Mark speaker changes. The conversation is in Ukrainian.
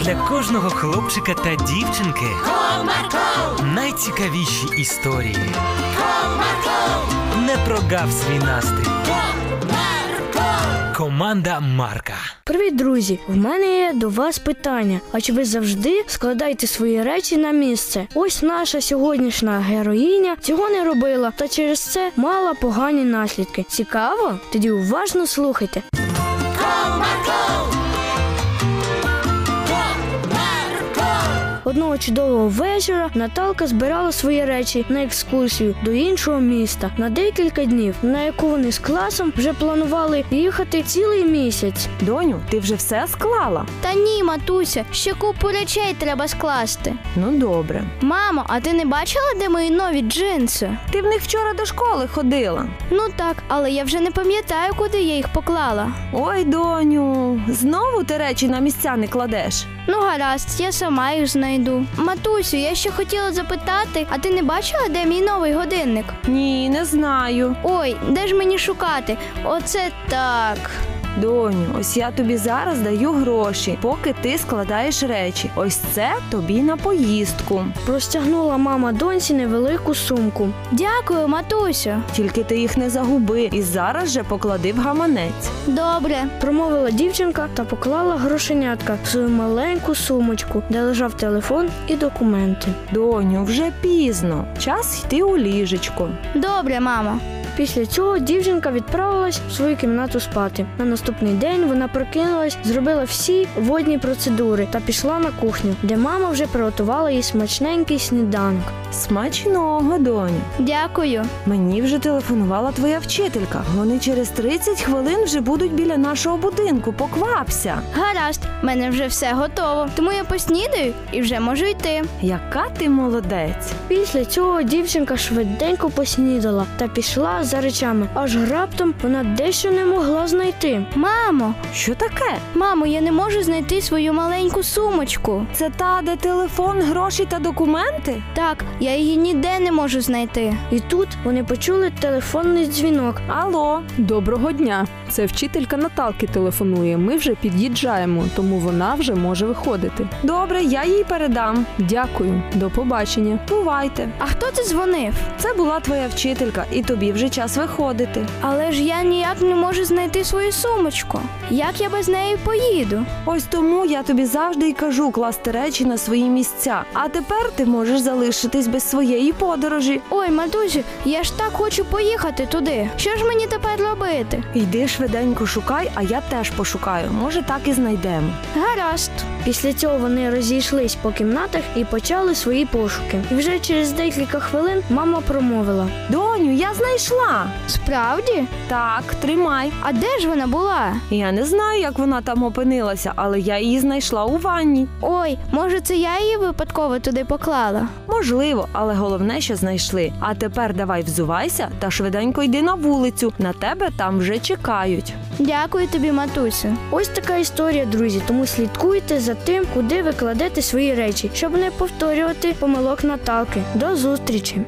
Speaker 1: для кожного хлопчика та дівчинки
Speaker 2: Comarco,
Speaker 1: найцікавіші історії.
Speaker 2: Comarco,
Speaker 1: Не прогав свій настрій.
Speaker 2: Comarco.
Speaker 1: Команда Марка.
Speaker 3: Привіт, друзі! В мене є до вас питання. А чи ви завжди складаєте свої речі на місце? Ось наша сьогоднішня героїня цього не робила та через це мала погані наслідки. Цікаво? Тоді уважно слухайте. Одного чудового вечора Наталка збирала свої речі на екскурсію до іншого міста на декілька днів, на яку вони з класом вже планували їхати цілий місяць.
Speaker 4: Доню, ти вже все склала?
Speaker 5: Та ні, матуся, ще купу речей треба скласти.
Speaker 4: Ну добре.
Speaker 5: Мамо, а ти не бачила, де мої нові джинси?
Speaker 4: Ти в них вчора до школи ходила.
Speaker 5: Ну так, але я вже не пам'ятаю, куди я їх поклала.
Speaker 4: Ой, доню, знову ти речі на місця не кладеш.
Speaker 5: Ну, гаразд, я сама їх знайду. Матусю, я ще хотіла запитати, а ти не бачила, де мій новий годинник?
Speaker 4: Ні, не знаю.
Speaker 5: Ой, де ж мені шукати? Оце так.
Speaker 4: Доню, ось я тобі зараз даю гроші, поки ти складаєш речі. Ось це тобі на поїздку.
Speaker 3: Простягнула мама доньці невелику сумку.
Speaker 5: Дякую, матусю.
Speaker 4: Тільки ти їх не загуби і зараз же поклади в гаманець.
Speaker 5: Добре.
Speaker 3: Промовила дівчинка та поклала грошенятка в свою маленьку сумочку, де лежав телефон і документи.
Speaker 4: Доню, вже пізно. Час йти у ліжечко.
Speaker 5: Добре, мамо.
Speaker 3: Після цього дівчинка відправилась в свою кімнату спати. На наступний день вона прокинулась, зробила всі водні процедури та пішла на кухню, де мама вже приготувала їй смачненький сніданок.
Speaker 4: Смачного, доню.
Speaker 5: Дякую.
Speaker 4: Мені вже телефонувала твоя вчителька. Вони через 30 хвилин вже будуть біля нашого будинку. Поквапся.
Speaker 5: Гаразд, в мене вже все готово, тому я поснідаю і вже можу йти.
Speaker 4: Яка ти молодець.
Speaker 3: Після цього дівчинка швиденько поснідала та пішла за речами. Аж раптом вона дещо не могла знайти.
Speaker 5: Мамо,
Speaker 4: Що таке?
Speaker 5: мамо, я не можу знайти свою маленьку сумочку.
Speaker 4: Це та, де телефон, гроші та документи?
Speaker 5: Так, я її ніде не можу знайти.
Speaker 3: І тут вони почули телефонний дзвінок.
Speaker 4: Алло,
Speaker 6: Доброго дня! Це вчителька Наталки телефонує. Ми вже під'їжджаємо, тому вона вже може виходити.
Speaker 4: добре, я їй передам.
Speaker 6: Дякую, до побачення.
Speaker 4: Бувайте.
Speaker 5: А хто це дзвонив?
Speaker 4: Це була твоя вчителька, і тобі вже час виходити.
Speaker 5: Але ж я ніяк не можу знайти свою сумочку. Як я без неї поїду?
Speaker 4: Ось тому я тобі завжди й кажу класти речі на свої місця. А тепер ти можеш залишитись без своєї подорожі.
Speaker 5: Ой, матусю, я ж так хочу поїхати туди. Що ж мені тепер робити?
Speaker 4: Йди швиденько шукай, а я теж пошукаю. Може, так і знайдемо.
Speaker 5: Гаразд.
Speaker 3: Після цього вони розійшлись по кімнатах і почали свої пошуки. І вже через декілька хвилин мама промовила:
Speaker 4: Доню, я знайшла.
Speaker 5: Справді?
Speaker 4: Так, тримай.
Speaker 5: А де ж вона була?
Speaker 4: Я не знаю, як вона там опинилася, але я її знайшла у ванні.
Speaker 5: Ой, може, це я її випадково туди поклала?
Speaker 4: Можливо, але головне, що знайшли. А тепер давай взувайся та швиденько йди на вулицю. На тебе там вже чекають.
Speaker 5: Дякую тобі, матусю.
Speaker 3: ось така історія, друзі. Тому слідкуйте за тим, куди ви кладете свої речі, щоб не повторювати помилок Наталки. До зустрічі!